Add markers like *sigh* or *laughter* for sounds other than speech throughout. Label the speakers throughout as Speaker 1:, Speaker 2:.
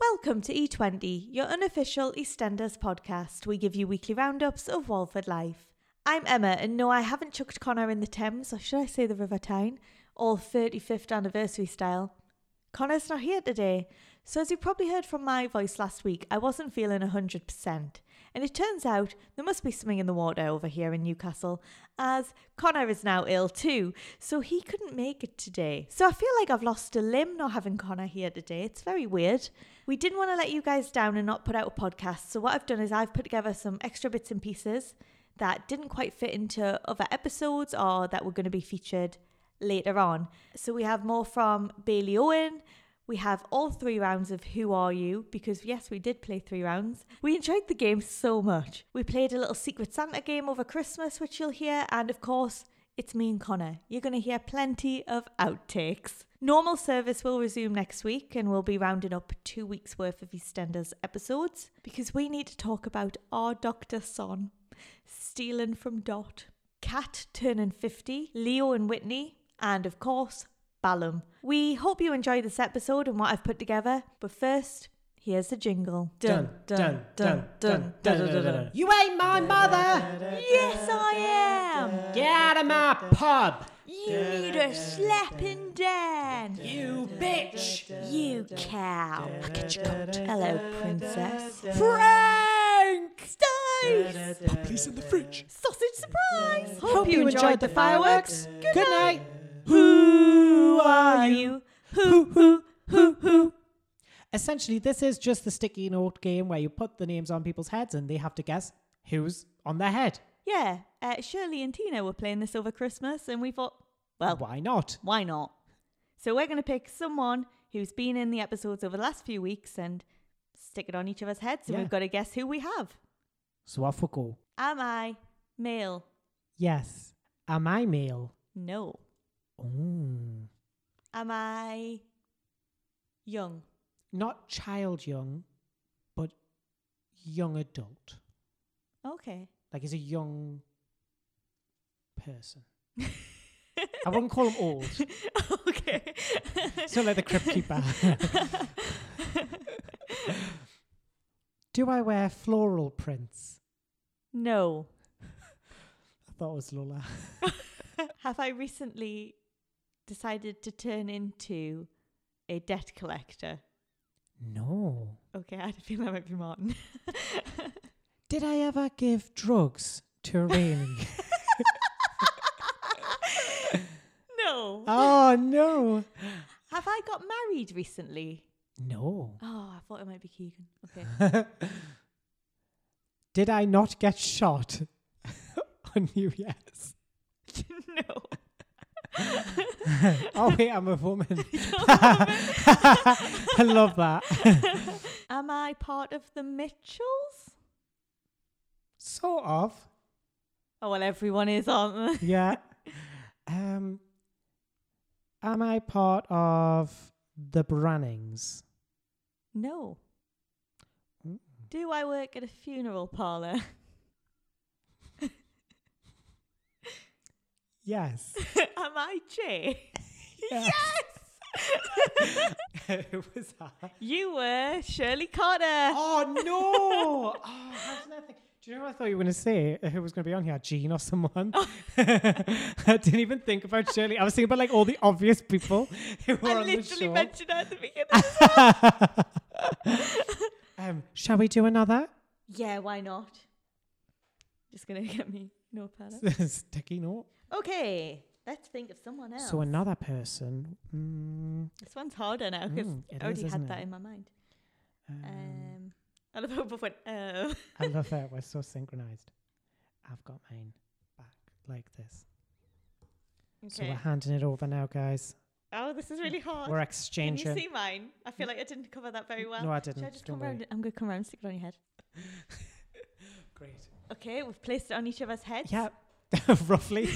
Speaker 1: Welcome to E20, your unofficial EastEnders podcast. We give you weekly roundups of Walford life. I'm Emma, and no, I haven't chucked Connor in the Thames, or should I say the River Tyne, all 35th anniversary style. Connor's not here today, so as you probably heard from my voice last week, I wasn't feeling 100%. And it turns out there must be something in the water over here in Newcastle, as Connor is now ill too, so he couldn't make it today. So I feel like I've lost a limb not having Connor here today. It's very weird. We didn't want to let you guys down and not put out a podcast, so what I've done is I've put together some extra bits and pieces that didn't quite fit into other episodes or that were going to be featured later on. So we have more from Bailey Owen. We have all three rounds of Who Are You? Because, yes, we did play three rounds. We enjoyed the game so much. We played a little Secret Santa game over Christmas, which you'll hear. And of course, it's me and Connor. You're going to hear plenty of outtakes. Normal service will resume next week, and we'll be rounding up two weeks' worth of EastEnders episodes because we need to talk about our Dr. Son stealing from Dot, Cat turning 50, Leo and Whitney, and of course, Ballum. We hope you enjoy this episode and what I've put together, but first, here's the jingle.
Speaker 2: Dun, dun, dun, dun, dun, dun, dun, dun.
Speaker 3: You ain't my mother!
Speaker 1: Yes, I am!
Speaker 3: Get out of my pub!
Speaker 1: You need a slapping down!
Speaker 3: You bitch!
Speaker 1: You cow! Hello, princess.
Speaker 3: Frank!
Speaker 1: Dice!
Speaker 3: Police in the fridge.
Speaker 1: Sausage surprise!
Speaker 3: Hope you enjoyed the fireworks.
Speaker 1: Good,
Speaker 3: Good
Speaker 1: night.
Speaker 3: night. Who
Speaker 1: Are you? Who, who, who, who?
Speaker 3: Essentially, this is just the sticky note game where you put the names on people's heads and they have to guess who's on their head.
Speaker 1: Yeah, uh, Shirley and Tina were playing this over Christmas, and we thought, well,
Speaker 3: Why not?
Speaker 1: why not? So we're going to pick someone who's been in the episodes over the last few weeks and stick it on each of us heads, and
Speaker 3: Yeah.
Speaker 1: we've got to guess who we have.
Speaker 3: So off we go.
Speaker 1: Am I male?
Speaker 3: Yes. Am I male?
Speaker 1: No.
Speaker 3: Mm.
Speaker 1: Am I young?
Speaker 3: Not child young, but young adult.
Speaker 1: Okay. *laughs*
Speaker 3: Like he's a young person. I wouldn't call him old.
Speaker 1: *laughs* okay.
Speaker 3: Still like the crypt *laughs* keeper. Do I wear floral prints?
Speaker 1: *laughs* no.
Speaker 3: I thought it was Lola.
Speaker 1: Have I recently decided to turn into a debt collector?
Speaker 3: No.
Speaker 1: Okay, I feel that might be Martin. *laughs*
Speaker 3: Did I ever give drugs to Rainy?
Speaker 1: no.
Speaker 3: oh no.
Speaker 1: Have I got married recently?
Speaker 3: No. *laughs*
Speaker 1: Oh, I thought it might be Keegan. Okay. *laughs*
Speaker 3: Did I not get shot *laughs* on New Year's?
Speaker 1: no.
Speaker 3: *laughs* Oh
Speaker 1: *laughs*
Speaker 3: wait, I'm a woman. *laughs* I love that.
Speaker 1: *laughs* Am I part of the Mitchells?
Speaker 3: Sort of.
Speaker 1: Oh, well, everyone is, aren't they?
Speaker 3: yeah. *laughs* Um, am I part of the Brannings?
Speaker 1: No.
Speaker 3: Mm.
Speaker 1: Do I work at a funeral parlour?
Speaker 3: *laughs* Yes.
Speaker 1: *laughs* Am I Jay?
Speaker 3: Yes. *laughs*
Speaker 1: yes! *laughs*
Speaker 3: Who was that?
Speaker 1: you were Shirley Carter.
Speaker 3: Oh *laughs* no! Oh, how did I think? Do you know what I thought you were going to say? Uh, Who was going to be on here? Jean or someone? *laughs* I didn't even think about Shirley. I was thinking about like all the obvious people who were
Speaker 1: I
Speaker 3: on the
Speaker 1: literally
Speaker 3: show.
Speaker 1: mentioned her at the beginning.
Speaker 3: *laughs* um, shall we do another
Speaker 1: yeah, why not? Just gonna get me no pattern.
Speaker 3: *laughs* sticky note?
Speaker 1: Okay, let's think of someone else.
Speaker 3: So another person. Mm,
Speaker 1: this one's harder now because
Speaker 3: Mm, it
Speaker 1: I already
Speaker 3: is,
Speaker 1: had
Speaker 3: isn't
Speaker 1: that
Speaker 3: it?
Speaker 1: in my mind.
Speaker 3: um,
Speaker 1: Um, I love how both went. Oh, *laughs*
Speaker 3: I love that we're so synchronized. I've got mine back like this. So
Speaker 1: okay.
Speaker 3: we're handing it over now, guys.
Speaker 1: oh, this is really hard.
Speaker 3: We're
Speaker 1: Can you
Speaker 3: exchanging.
Speaker 1: see mine? I
Speaker 3: Mm.
Speaker 1: feel like I didn't cover that very well.
Speaker 3: no, I
Speaker 1: Should
Speaker 3: didn't.
Speaker 1: I just
Speaker 3: Don't
Speaker 1: come round?
Speaker 3: worry.
Speaker 1: it? I'm gonna come round and stick it on your head.
Speaker 3: *laughs* Great.
Speaker 1: Okay, we've placed it on each of us heads. *laughs*
Speaker 3: Yeah, *laughs* roughly.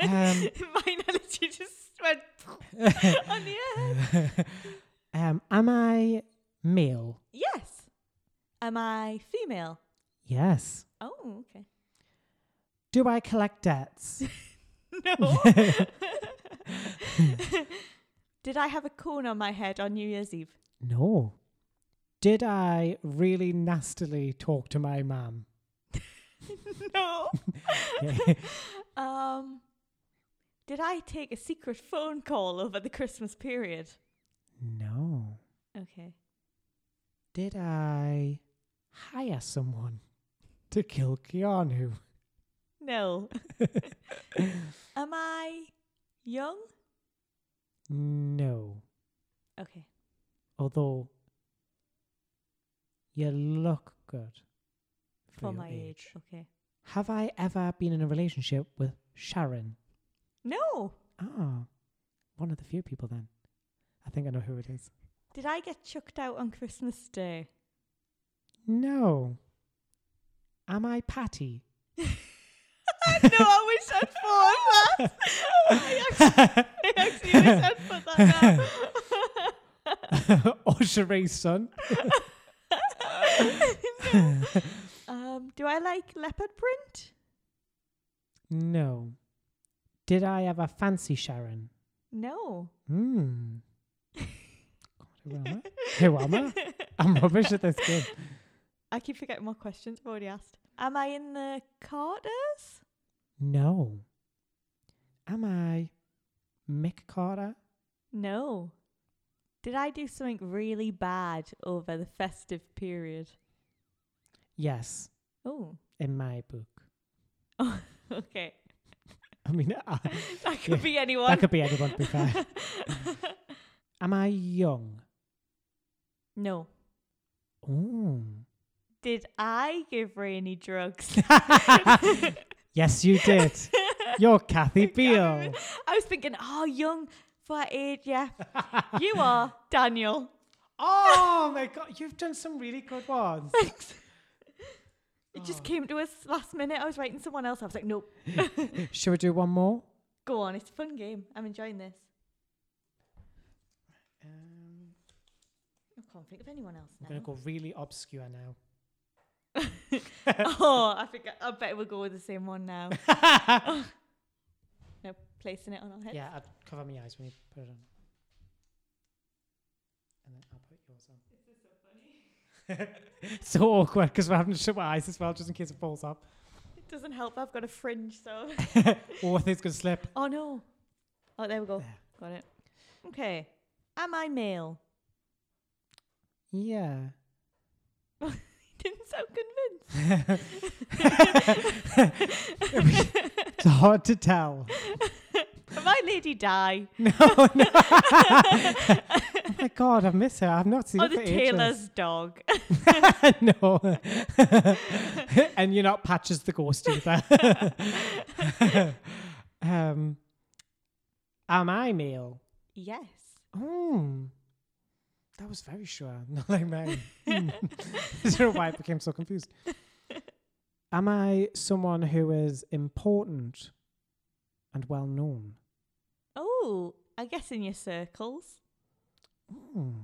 Speaker 3: um, *laughs*
Speaker 1: Mine literally just went *laughs* on the head.
Speaker 3: um, am I male?
Speaker 1: Yes. Am I female?
Speaker 3: Yes.
Speaker 1: Oh, okay. *laughs*
Speaker 3: Do I collect debts?
Speaker 1: *laughs* No. Did I have a cone on my head on New Year's Eve?
Speaker 3: no. Did I really nastily talk to my mum?
Speaker 1: *laughs* no. *laughs* um, did I take a secret phone call over the Christmas period?
Speaker 3: no.
Speaker 1: Okay.
Speaker 3: Did I hire someone to kill Keanu?
Speaker 1: *laughs* No. Am I young?
Speaker 3: No.
Speaker 1: Okay.
Speaker 3: Although you look good for,
Speaker 1: For
Speaker 3: your
Speaker 1: my age. Okay.
Speaker 3: Have I ever been in a relationship with Sharon?
Speaker 1: No.
Speaker 3: Ah, one of the few people then. I think I know who it is.
Speaker 1: Did I get chucked out on Christmas
Speaker 3: *laughs*
Speaker 1: Day?
Speaker 3: No. Am I
Speaker 1: *laughs*
Speaker 3: Patty? *laughs*
Speaker 1: I know. I wish I'd thought that. Oh, I actually, I actually wish I'd put that down.
Speaker 3: *laughs* or Sheree's son? *laughs*
Speaker 1: *laughs* um, do I like leopard print?
Speaker 3: No. Did I ever fancy Sharon?
Speaker 1: No.
Speaker 3: Hmm. God, who
Speaker 1: *laughs*
Speaker 3: am I? Who am I? I'm rubbish at this game.
Speaker 1: I keep forgetting more questions I've already asked. Am I in the Carters?
Speaker 3: No. Am I Mick Carter?
Speaker 1: No. Did I do something really bad over the festive period?
Speaker 3: Yes,
Speaker 1: Oh,
Speaker 3: in my book.
Speaker 1: okay.
Speaker 3: I mean, *laughs* I,
Speaker 1: *laughs* That could
Speaker 3: Yeah,
Speaker 1: be anyone.
Speaker 3: that could be anyone, to be fair. Am I *laughs* young?
Speaker 1: *laughs* no.
Speaker 3: Ooh. *laughs*
Speaker 1: Did I give Rainy drugs?
Speaker 3: yes, you did.
Speaker 1: *laughs*
Speaker 3: You're Kathy Beale.
Speaker 1: I was thinking, oh, young for her age, yeah. You
Speaker 3: *laughs*
Speaker 1: are Daniel.
Speaker 3: *laughs* oh my god, you've done some really good ones.
Speaker 1: Thanks. It
Speaker 3: Oh.
Speaker 1: just came to us last minute. I was writing someone else. I was like, nope,
Speaker 3: Should we do one more?
Speaker 1: go on. It's a fun game. I'm enjoying this.
Speaker 3: Um,
Speaker 1: I can't think of anyone else
Speaker 3: I'm gonna *laughs*
Speaker 1: now.
Speaker 3: go really obscure *laughs* now.
Speaker 1: *laughs* oh, I think I, I bet we'll go with the same one
Speaker 3: *laughs*
Speaker 1: now. no, placing it on our head.
Speaker 3: Yeah, I'd cover my eyes when you put it on. And then I'll put yours on. *laughs* This is so funny. so awkward because we're having to shut my eyes as well just in case it falls up. *laughs*
Speaker 1: It doesn't help. I've got a fringe, so.
Speaker 3: Or I think it's going to slip.
Speaker 1: oh no. Oh, there we
Speaker 3: *laughs*
Speaker 1: go.
Speaker 3: There.
Speaker 1: Got it. Okay. Am I male? *laughs*
Speaker 3: Yeah. *laughs*
Speaker 1: Didn't sound convinced. *laughs*
Speaker 3: It's hard to tell. *laughs*
Speaker 1: Am I Lady Di?
Speaker 3: No, no.
Speaker 1: *laughs*
Speaker 3: *laughs* oh my god, I miss her. I've not seen
Speaker 1: Or
Speaker 3: her
Speaker 1: Oh, the
Speaker 3: for ages.
Speaker 1: tailor's dog? *laughs*
Speaker 3: *laughs* no. and you're not Patches the Ghost either. *laughs* um, am I male?
Speaker 1: yes.
Speaker 3: Oh, that was very sure. *laughs* Not like mine. Hmm. *laughs* I don't know why I became
Speaker 1: *laughs*
Speaker 3: so confused. Am I someone who is important and well known?
Speaker 1: Oh, I guess in your circles.
Speaker 3: Oh,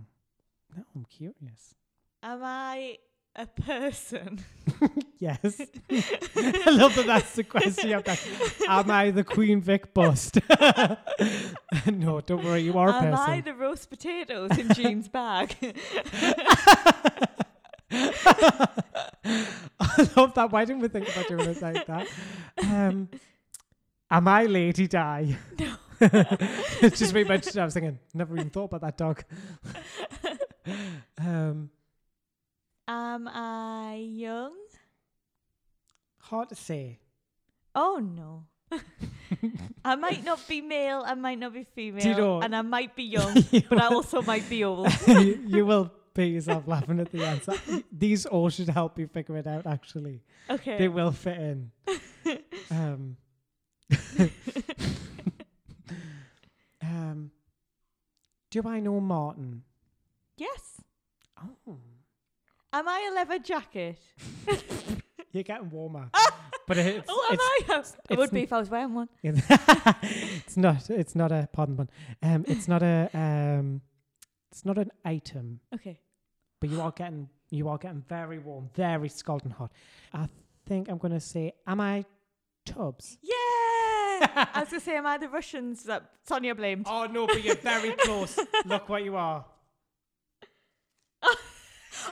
Speaker 3: now I'm curious.
Speaker 1: Am I a person? *laughs*
Speaker 3: Yes. *laughs* I love that that's the question. you have to ask. Am I the Queen Vic bust? *laughs* no, don't worry, you are a
Speaker 1: Am I
Speaker 3: person.
Speaker 1: the roast potatoes in Jean's
Speaker 3: *laughs*
Speaker 1: bag?
Speaker 3: I love that. Why didn't we think about doing it like that? Um, *laughs* am I Lady Di?
Speaker 1: No.
Speaker 3: it's *laughs* just me mentioned. it, I was thinking, never even thought about that dog. Um,
Speaker 1: Am I young?
Speaker 3: hard to say.
Speaker 1: Oh no. *laughs* I might not be male, I might not be female,
Speaker 3: know-
Speaker 1: and I might be
Speaker 3: *laughs*
Speaker 1: young, but I also might be old. *laughs*
Speaker 3: you, you will pay yourself laughing at the answer. These all should help you figure it out, actually. They
Speaker 1: Okay.
Speaker 3: will fit in. Um, *laughs* um, do I know Martin?
Speaker 1: *laughs* Yes.
Speaker 3: Oh.
Speaker 1: Am I a leather *laughs* jacket?
Speaker 3: You're getting warmer. *laughs* but it's,
Speaker 1: oh, am
Speaker 3: it's,
Speaker 1: I? it would
Speaker 3: it's-
Speaker 1: be if I was wearing one.
Speaker 3: it's *laughs* not it's not a pardon pun. Um it's not a um it's not an item,
Speaker 1: Okay.
Speaker 3: but you are getting you are getting very warm, very scalding hot. I think I'm gonna say am I tubs?
Speaker 1: Yeah. *laughs* I was gonna say, am I the Russians that Sonia blamed? *laughs*
Speaker 3: *laughs* Oh no, but you're very close. Look what you are.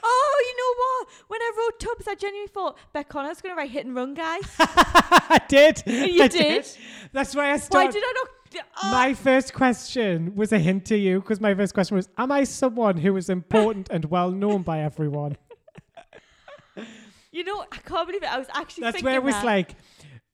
Speaker 1: Oh, though, because I genuinely thought Beck Connor's going to write hit and run guys.
Speaker 4: I did.
Speaker 1: You
Speaker 4: I
Speaker 1: did?
Speaker 4: That's why I
Speaker 1: Why
Speaker 4: started.
Speaker 1: did I not? Oh,
Speaker 4: my first question was a hint to you because my first question was, "Am I someone who is important and well known by everyone?"
Speaker 1: you know, I can't believe it. I was actually
Speaker 4: That's
Speaker 1: thinking
Speaker 4: where it was
Speaker 1: that. *laughs*
Speaker 4: like,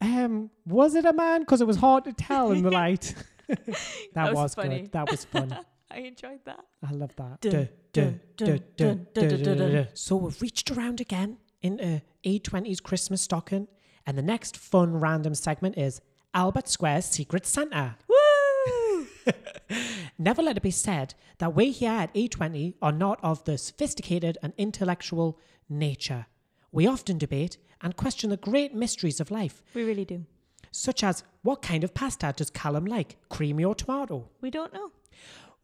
Speaker 4: um, was it a man? Because it was hard to tell
Speaker 3: *laughs*
Speaker 4: in the light. that,
Speaker 1: That
Speaker 4: was,
Speaker 1: was funny.
Speaker 4: good. That was fun.
Speaker 1: I enjoyed that.
Speaker 4: I love that.
Speaker 3: *laughs* Dun, dun, dun, dun, dun, dun, dun, dun. So we've reached around again in a A20s Christmas stocking, and the next fun random segment is Albert Square's Secret Santa.
Speaker 1: Woo!
Speaker 3: Never let it be said that we here at A20 are not of the sophisticated and intellectual nature. We often debate and question the great mysteries of life,
Speaker 1: *laughs* we really do.
Speaker 3: such as what kind of pasta does Callum like, creamy or tomato?
Speaker 1: We don't know.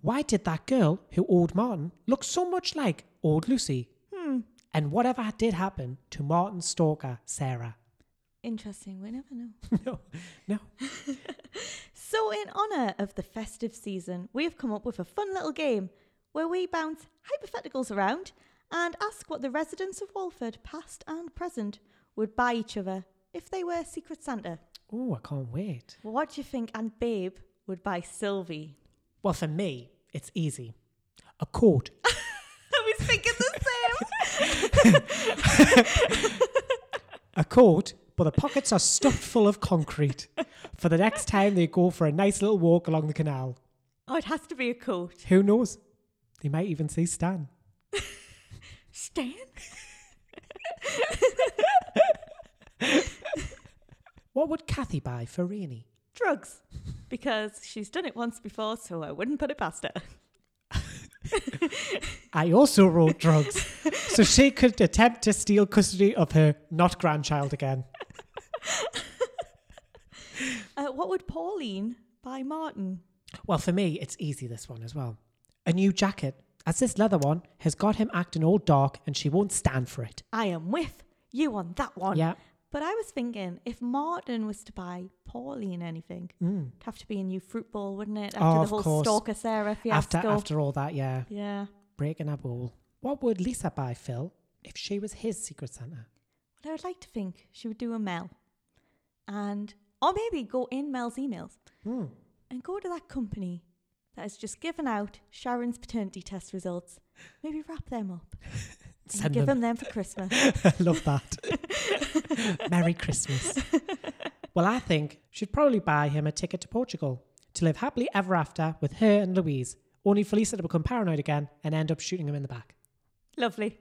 Speaker 3: Why did that girl who owed Martin look so much like old Lucy? And whatever did happen to Martin's stalker, Sarah?
Speaker 1: Interesting. We never know.
Speaker 3: no, no.
Speaker 1: So, in honour of the festive season, we have come up with a fun little game where we bounce hypotheticals around and ask what the residents of Walford, past and present, would buy each other if they were Secret Santa.
Speaker 3: Oh, I can't wait.
Speaker 1: What do you think Aunt Babe would buy Sylvie?
Speaker 3: Well, for me, it's easy. A coat.
Speaker 1: *laughs* I was thinking the same.
Speaker 3: A coat, but the pockets are stuffed full of concrete for the next time they go for a nice little walk along the canal.
Speaker 1: *laughs* oh, it has to be a coat.
Speaker 3: Who knows? They might even see Stan.
Speaker 1: Stan?
Speaker 3: What would Kathy buy for Rainy?
Speaker 1: Drugs. Because she's done it once before, so I wouldn't put it past her.
Speaker 3: I also wrote *laughs* drugs, so she could attempt to steal custody of her not grandchild again.
Speaker 1: Uh, what would Pauline buy Martin?
Speaker 3: Well, for me, it's easy this one as well. A new jacket, as this leather one has got him acting all dark and she won't stand for it.
Speaker 1: I am with you on that one.
Speaker 3: Yeah.
Speaker 1: But I was thinking if Martin was to buy Pauline anything,
Speaker 3: Mm.
Speaker 1: it'd have to be a new fruit ball, wouldn't it? After
Speaker 3: Oh,
Speaker 1: the
Speaker 3: of
Speaker 1: whole
Speaker 3: course.
Speaker 1: stalker Sarah
Speaker 3: After
Speaker 1: fiasco.
Speaker 3: after all that, yeah,
Speaker 1: Yeah.
Speaker 3: breaking up all. What would Lisa buy Phil if she was his secret Santa?
Speaker 1: But I would like to think she would do a Mel. And or maybe go in Mel's emails
Speaker 3: Hmm.
Speaker 1: and go to that company that has just given out Sharon's paternity test results. Maybe wrap them up and
Speaker 3: Send
Speaker 1: give
Speaker 3: them.
Speaker 1: them them for Christmas. *laughs*
Speaker 3: *laughs* I love that. Merry *laughs* Christmas. Well, I think she'd probably buy him a ticket to Portugal to live happily ever after with her and Louise. Only for Lisa to become paranoid again and end up shooting him in the back.
Speaker 1: Lovely.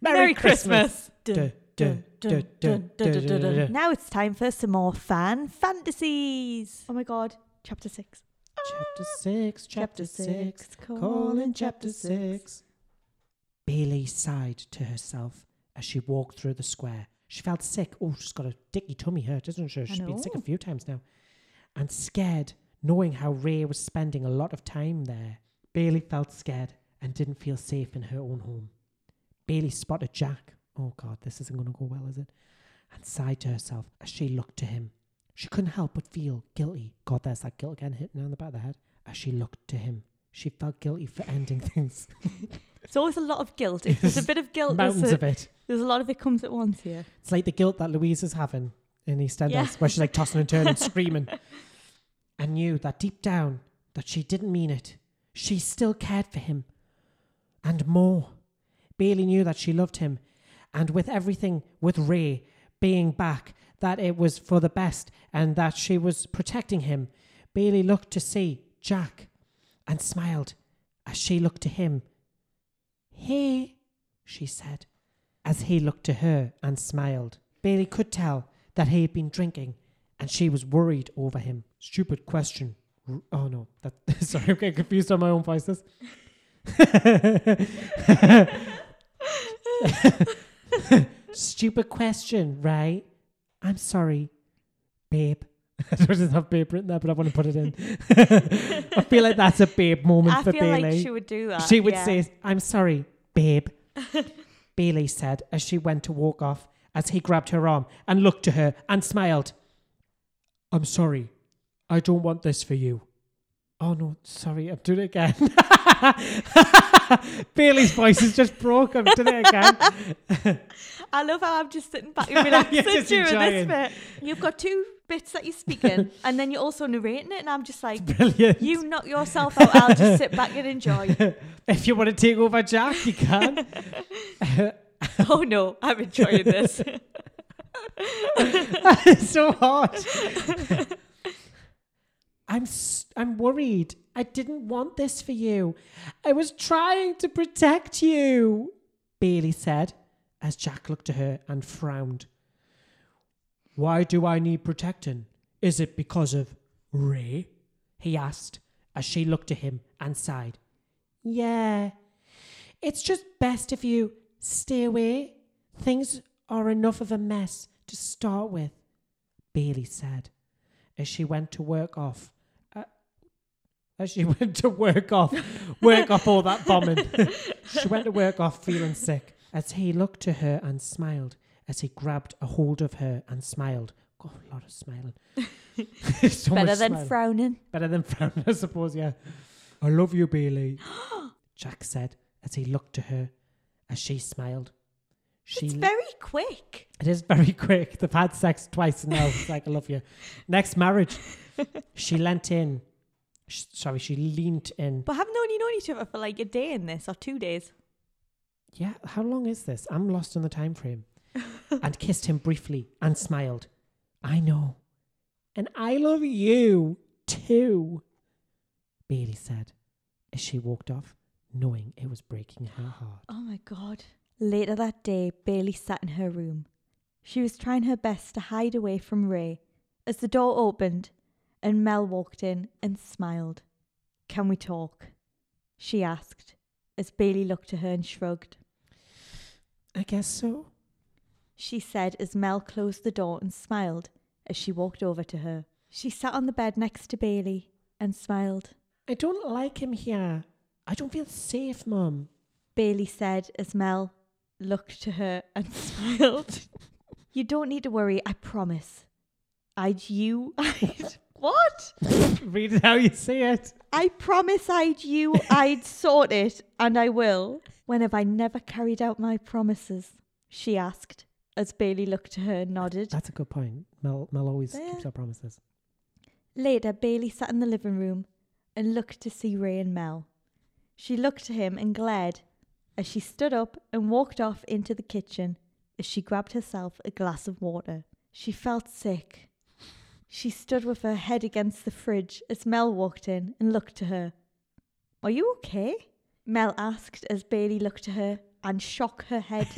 Speaker 3: Merry
Speaker 1: Dun,
Speaker 3: Dun, dun, dun, dun, dun, dun, dun.
Speaker 1: Now it's time for some more fan fantasies. Oh my god, chapter six.
Speaker 3: Chapter six, chapter six,
Speaker 1: Call
Speaker 3: calling chapter six. Bailey sighed to herself as she walked through the square. She felt sick. Oh, she's got a dicky tummy hurt, doesn't she? She's been sick a
Speaker 1: know.
Speaker 3: few times now. And scared, knowing how Ray was spending a lot of time there. Bailey felt scared and didn't feel safe in her own home. Bailey spotted Jack. Oh, God, this isn't going to go well, is it? And sighed to herself as she looked to him. She couldn't help but feel guilty. God, there's that guilt again hitting her on the back of the head. As she looked to him, she felt guilty for ending *laughs* things.
Speaker 1: It's always a lot of guilt. If there's a bit
Speaker 3: *laughs*
Speaker 1: of guilt, there's
Speaker 3: Mountains
Speaker 1: a,
Speaker 3: of it.
Speaker 1: there's a lot of it comes at once
Speaker 3: *laughs*
Speaker 1: here.
Speaker 3: It's like the guilt that Louise is having in EastEnders,
Speaker 1: Yeah.
Speaker 3: where she's like tossing and turning, and screaming, and knew that deep down that she didn't mean it. She still cared for him, and more. Bailey knew that she loved him, and with everything with Ray being back, that it was for the best, and that she was protecting him. Bailey looked to see Jack, and smiled as she looked to him. Hey, she said as he looked to her and smiled. Bailey could tell that he had been drinking and she was worried over him. Stupid question. R- Oh no, that, *laughs* sorry, I'm getting confused on my own voices. *laughs* Stupid question, right? I'm sorry, babe. *laughs* I don't have babe written there, but I want to put it in. *laughs* I feel like that's a babe moment
Speaker 1: I
Speaker 3: for
Speaker 1: feel
Speaker 3: Bailey.
Speaker 1: like she would do that.
Speaker 3: She would
Speaker 1: yeah.
Speaker 3: say, I'm sorry,
Speaker 1: *laughs*
Speaker 3: babe. Bailey said as she went to walk off, as he grabbed her arm and looked to her and smiled. I'm sorry. I don't want this for you. Oh no, sorry, I've done it again. *laughs* Bailey's voice has just broke. I've done
Speaker 1: *laughs*
Speaker 3: it again.
Speaker 1: I love how I'm just sitting
Speaker 3: *laughs*
Speaker 1: back and relaxing
Speaker 3: just
Speaker 1: during this
Speaker 3: enjoying.
Speaker 1: bit. You've got two bits that you're speaking, and then you're also narrating it, and I'm just like,
Speaker 3: *laughs* Brilliant.
Speaker 1: you knock yourself out. I'll just sit back and enjoy.
Speaker 3: if you want to take over Jack, you can.
Speaker 1: *laughs* oh no, I'm enjoying this.
Speaker 3: it's so hard. I'm s- I'm worried. I didn't want this for you. I was trying to protect you, Bailey said as Jack looked at her and frowned. Why do I need protecting? Is it because of Ray? he asked as she looked at him and sighed. Yeah. It's just best if you stay away. Things are enough of a mess to start with, Bailey said as she went to work off. uh, As she *laughs* went to work off, work off all
Speaker 1: *laughs*
Speaker 3: that bombing. she went to work off feeling sick. As he looked to her and smiled, as he grabbed a hold of her and smiled. God, a lot
Speaker 1: *laughs*
Speaker 3: of smiling. *laughs* So much
Speaker 1: Better than
Speaker 3: smiling.
Speaker 1: frowning.
Speaker 3: Better than frown, I suppose, yeah. I love
Speaker 1: *gasps*
Speaker 3: you, Bailey. Jack said as he looked to her as she smiled. She
Speaker 1: It's very quick.
Speaker 3: it is very *laughs* quick. They've had sex twice now. It's like I love you. Next marriage. she leant in. Sh- sorry, she leant in.
Speaker 1: But haven't they only known each other for like a day in this or two days?
Speaker 3: Yeah, how long is this? I'm lost in the time frame. and kissed him briefly and smiled. I know. And I love you too, Bailey said as she walked off, knowing it was breaking her heart.
Speaker 1: Oh my god. Later that day, Bailey sat in her room. She was trying her best to hide away from Ray as the door opened and Mel walked in and smiled. Can we talk? She asked as Bailey looked at her and shrugged.
Speaker 3: I guess so.
Speaker 1: She said as Mel closed the door and smiled as she walked over to her. She sat on the bed next to Bailey and smiled.
Speaker 3: I don't like him here. I don't feel safe, Mum. *laughs*
Speaker 1: Bailey said as Mel looked to her and *laughs* smiled. you don't need to worry, I promise. I'd you. *laughs* I'd. What?
Speaker 3: Read it how you see it.
Speaker 1: I promise I'd you. I'd sort it, and I will. When have I never carried out my promises? She asked as Bailey looked to her and nodded.
Speaker 3: That's a good point. Mel, Mel always
Speaker 1: Yeah.
Speaker 3: keeps her promises.
Speaker 1: Later, Bailey sat in the living room and looked to see Ray and Mel. She looked at him and glared as she stood up and walked off into the kitchen as she grabbed herself a glass of water. She felt sick. She stood with her head against the fridge as Mel walked in and looked to her. Are you okay? Mel asked as Bailey looked to her and shook her head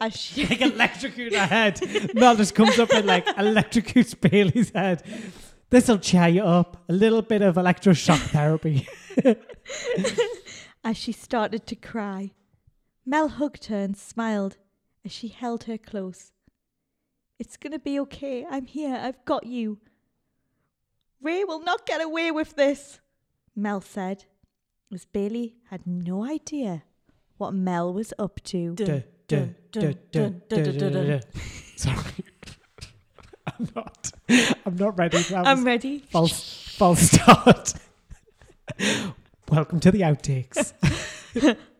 Speaker 1: as she
Speaker 3: *laughs* like electrocute her head. *laughs* Mel just comes up and like electrocutes Bailey's head. This'll cheer you up. A little bit
Speaker 1: *laughs*
Speaker 3: of electroshock therapy.
Speaker 1: as she started to cry. Mel hugged her and smiled as she held her close. It's going to be okay. I'm here. I've got you. Ray will not get away with this, Mel said, as Bailey had no idea what Mel was up to.
Speaker 3: *laughs* Duh, duh, duh, duh, duh, duh, duh, duh. *laughs* Sorry. I'm not I'm not ready. That
Speaker 1: I'm
Speaker 3: was
Speaker 1: ready.
Speaker 3: false false start. *laughs* Welcome to the outtakes.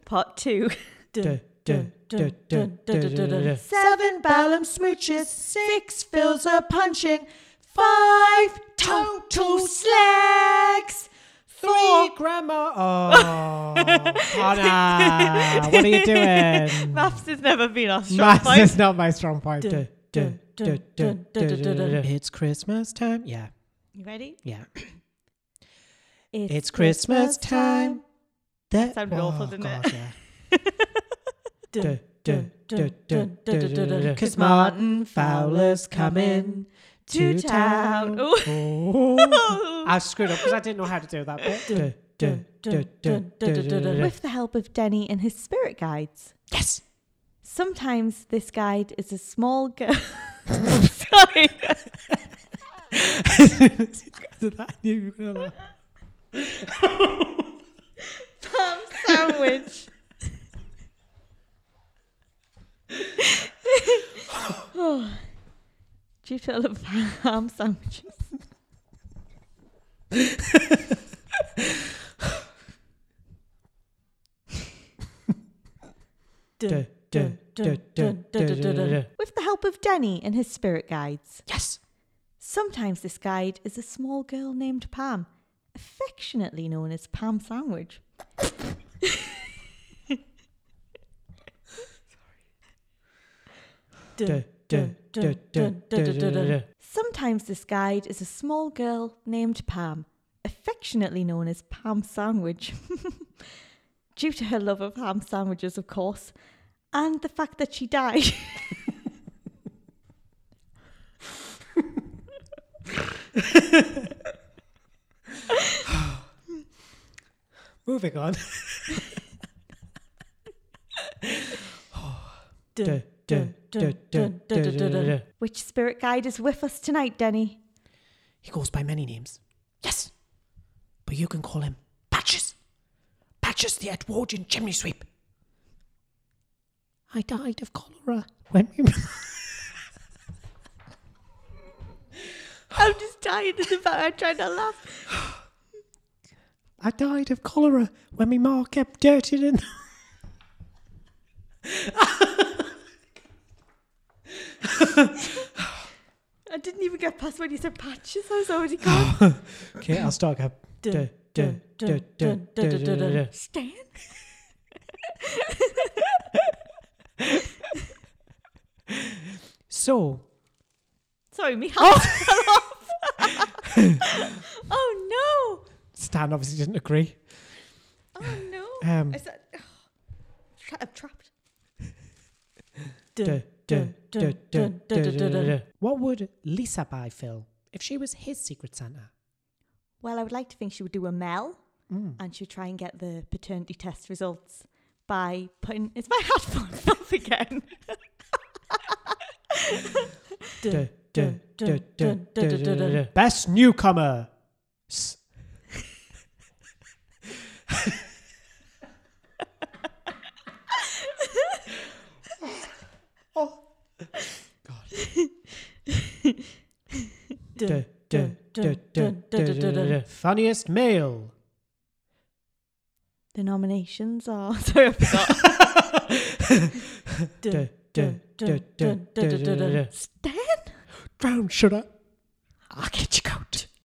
Speaker 1: Part two.
Speaker 3: Duh, duh, duh, duh, duh, duh, duh, duh.
Speaker 1: Seven
Speaker 3: balance smooches, six fills a punching, five total slacks, three grandma. Oh, Hannah, what are you
Speaker 1: *laughs*
Speaker 3: doing?
Speaker 1: Maths has never been our
Speaker 3: Mm. Maths is not my strong point.
Speaker 4: Dun, dun, dun, dun, dun, dun, dun, dun.
Speaker 3: It's Christmas time. Yeah,
Speaker 1: You ready?
Speaker 3: yeah. It's Christmas time. That oh,
Speaker 1: Sounded awful, didn't it?
Speaker 3: Yeah.
Speaker 4: Dun, dun, dun, dun, dun, dun, dun, dun.
Speaker 3: Cause Martin Fowler's coming to town.
Speaker 1: Ooh. *laughs*
Speaker 3: Oh. I screwed up because I didn't know how to do that bit.
Speaker 4: Ah, dun, dun, dun, dun, dun, dun.
Speaker 1: With the help of Denny and his spirit guides.
Speaker 3: Yes.
Speaker 1: Sometimes this guide is a small girl. *laughs* Sorry.
Speaker 3: That knew you were gonna laugh.
Speaker 1: Ham sandwich. oh. *laughs* Do you feel of ham sandwiches? Dun, dun, dun, dun, dun, dun, dun, dun. With the help of Denny and his spirit guides.
Speaker 3: Yes.
Speaker 1: Sometimes this guide is a small girl named Pam, affectionately known as Pam Sandwich. Dun, dun, dun, dun, dun, dun, dun, dun. Sometimes this guide is a small girl named Pam, affectionately known as Pam Sandwich. *laughs* Due to her love of ham sandwiches, of course, and the fact that she died. *laughs*
Speaker 3: Moving on.
Speaker 1: Dun, dun, dun, dun, dun, dun, dun, dun. Which spirit guide is with us tonight, Denny?
Speaker 3: He goes by many names. Yes. But you can call him Patches. Patches the Edwardian chimney sweep. I died of cholera when we. *laughs*
Speaker 1: I'm just tired of the fact I'm trying to laugh.
Speaker 3: I died of cholera when my ma kept dirting in. *laughs*
Speaker 1: I didn't even get past when you said patches. I was already *gasps* gone.
Speaker 3: Okay, I'll start again.
Speaker 1: Dun, dun, dun, dun, dun, dun, dun, dun. Stan? *laughs*
Speaker 3: So,
Speaker 1: Sorry, me
Speaker 3: Oh.
Speaker 1: hat fell off. *laughs* oh
Speaker 3: Stan obviously didn't agree.
Speaker 1: no! Oh no!
Speaker 3: Um,
Speaker 1: Is that? Tra- I'm
Speaker 3: *laughs*
Speaker 1: trapped.
Speaker 3: Dun, dun, dun, dun, dun, dun, dun, dun. What would Lisa buy Phil if she was his secret Santa?
Speaker 1: Well, I would like to think she would do a Mel
Speaker 3: Mm.
Speaker 1: and she would try and get the paternity test results by putting. Is my *laughs* hat falling off again?
Speaker 3: Dun, dun, dun, dun, dun, dun, dun, dun.
Speaker 1: dun.
Speaker 3: Best newcomer. S- dun, dun, dun, dun, dun, dun, dun, dun. Funniest male.
Speaker 1: The nominations are. *laughs* Sorry, I forgot.
Speaker 3: Dun, dun, dun, dun, dun, dun, dun, dun.
Speaker 1: Stan?
Speaker 3: Drown, shut up. I'll get you out.